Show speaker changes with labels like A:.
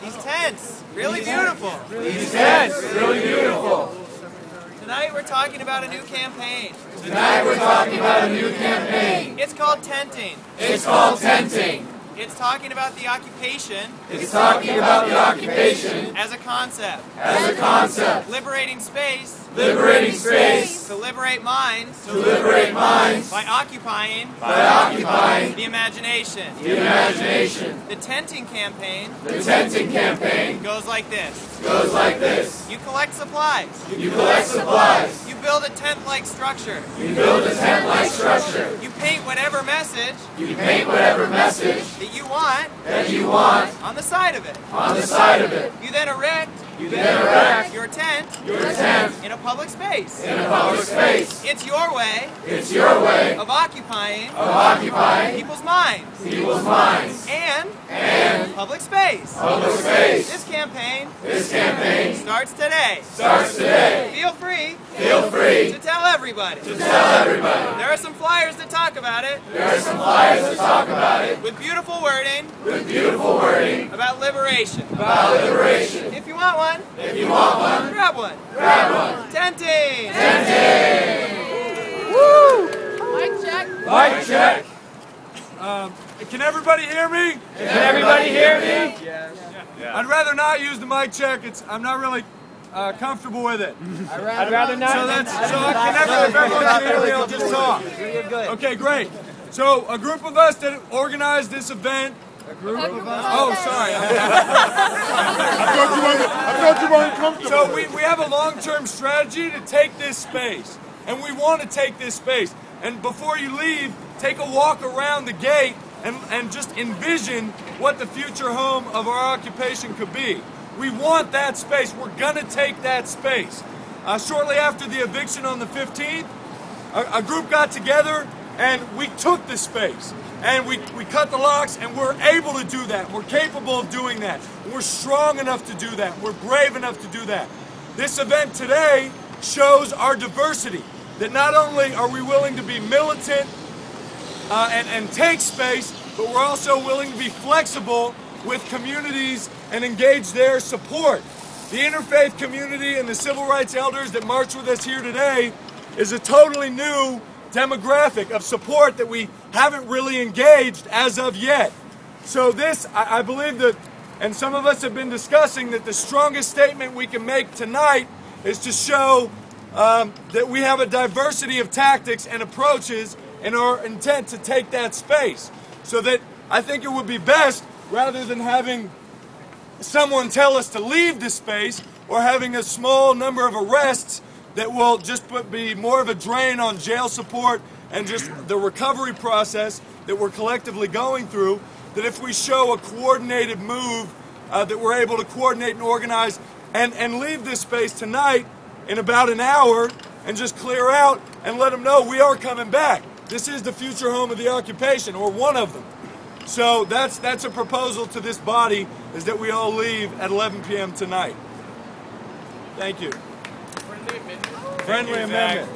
A: dense, really beautiful.
B: These tents, really beautiful.
A: Tonight we're talking about a new campaign.
B: Tonight we're talking about a new campaign.
A: It's called tenting.
B: It's called tenting.
A: It's talking about the occupation
B: It's talking about the occupation
A: as a concept,
B: as a concept,
A: liberating space
B: liberating space
A: to liberate minds
B: to liberate minds
A: by occupying
B: by occupying
A: the imagination.
B: the imagination.
A: The tenting campaign
B: The tenting campaign
A: goes like this.
B: goes like this.
A: You collect supplies.
B: You collect supplies.
A: You build a tent-like structure.
B: You build a tent-like structure.
A: You paint whatever message
B: You paint whatever message
A: that you want
B: that you want
A: on the side of it.
B: on the side of it.
A: You then erect
B: You then erect
A: your tent
B: your tent
A: in a public space.
B: in a public space.
A: It's your way
B: It's your way
A: of occupying
B: of occupying
A: people's minds
B: people's minds.
A: and, public space.
B: Public space.
A: This campaign
B: This campaign
A: starts today.
B: starts today.
A: Feel free
B: Feel free
A: to tell everybody.
B: to tell everybody.
A: There are some flyers that talk about it
B: There are some flyers to talk about it
A: with beautiful wording
B: with beautiful wording
A: about liberation.
B: about liberation.
A: If you want one,
B: If you want one,
A: grab one.
B: grab one.
A: Tenting!
C: Mic check.
B: Mic check.
D: Um, Can everybody hear me?
B: Can everybody hear me?
D: I'd rather not use the mic check. It's I'm not really uh, comfortable with it.
E: I'd rather not.
D: So that's so I can never if everyone can hear me, I'll just talk. Okay, great. So a group of us that organized this event. Oh, sorry. So we, we have a long-term strategy to take this space, and we want to take this space. And before you leave, take a walk around the gate and, and just envision what the future home of our occupation could be. We want that space. We're going to take that space. Uh, shortly after the eviction on the 15th, a, a group got together and we took the space and we, we cut the locks and we're able to do that. We're capable of doing that. We're strong enough to do that. We're brave enough to do that. This event today shows our diversity that not only are we willing to be militant uh, and, and take space, but we're also willing to be flexible with communities and engage their support. The interfaith community and the civil rights elders that march with us here today is a totally new demographic of support that we haven't really engaged as of yet. So, this, I, I believe that, and some of us have been discussing, that the strongest statement we can make tonight is to show um, that we have a diversity of tactics and approaches and our intent to take that space. So that I think it would be best rather than having someone tell us to leave the space or having a small number of arrests that will just put, be more of a drain on jail support and just the recovery process that we're collectively going through that if we show a coordinated move uh, that we're able to coordinate and organize and, and leave this space tonight in about an hour and just clear out and let them know we are coming back this is the future home of the occupation or one of them so that's that's a proposal to this body is that we all leave at 11 p.m. tonight. Thank you. Friendly amendment.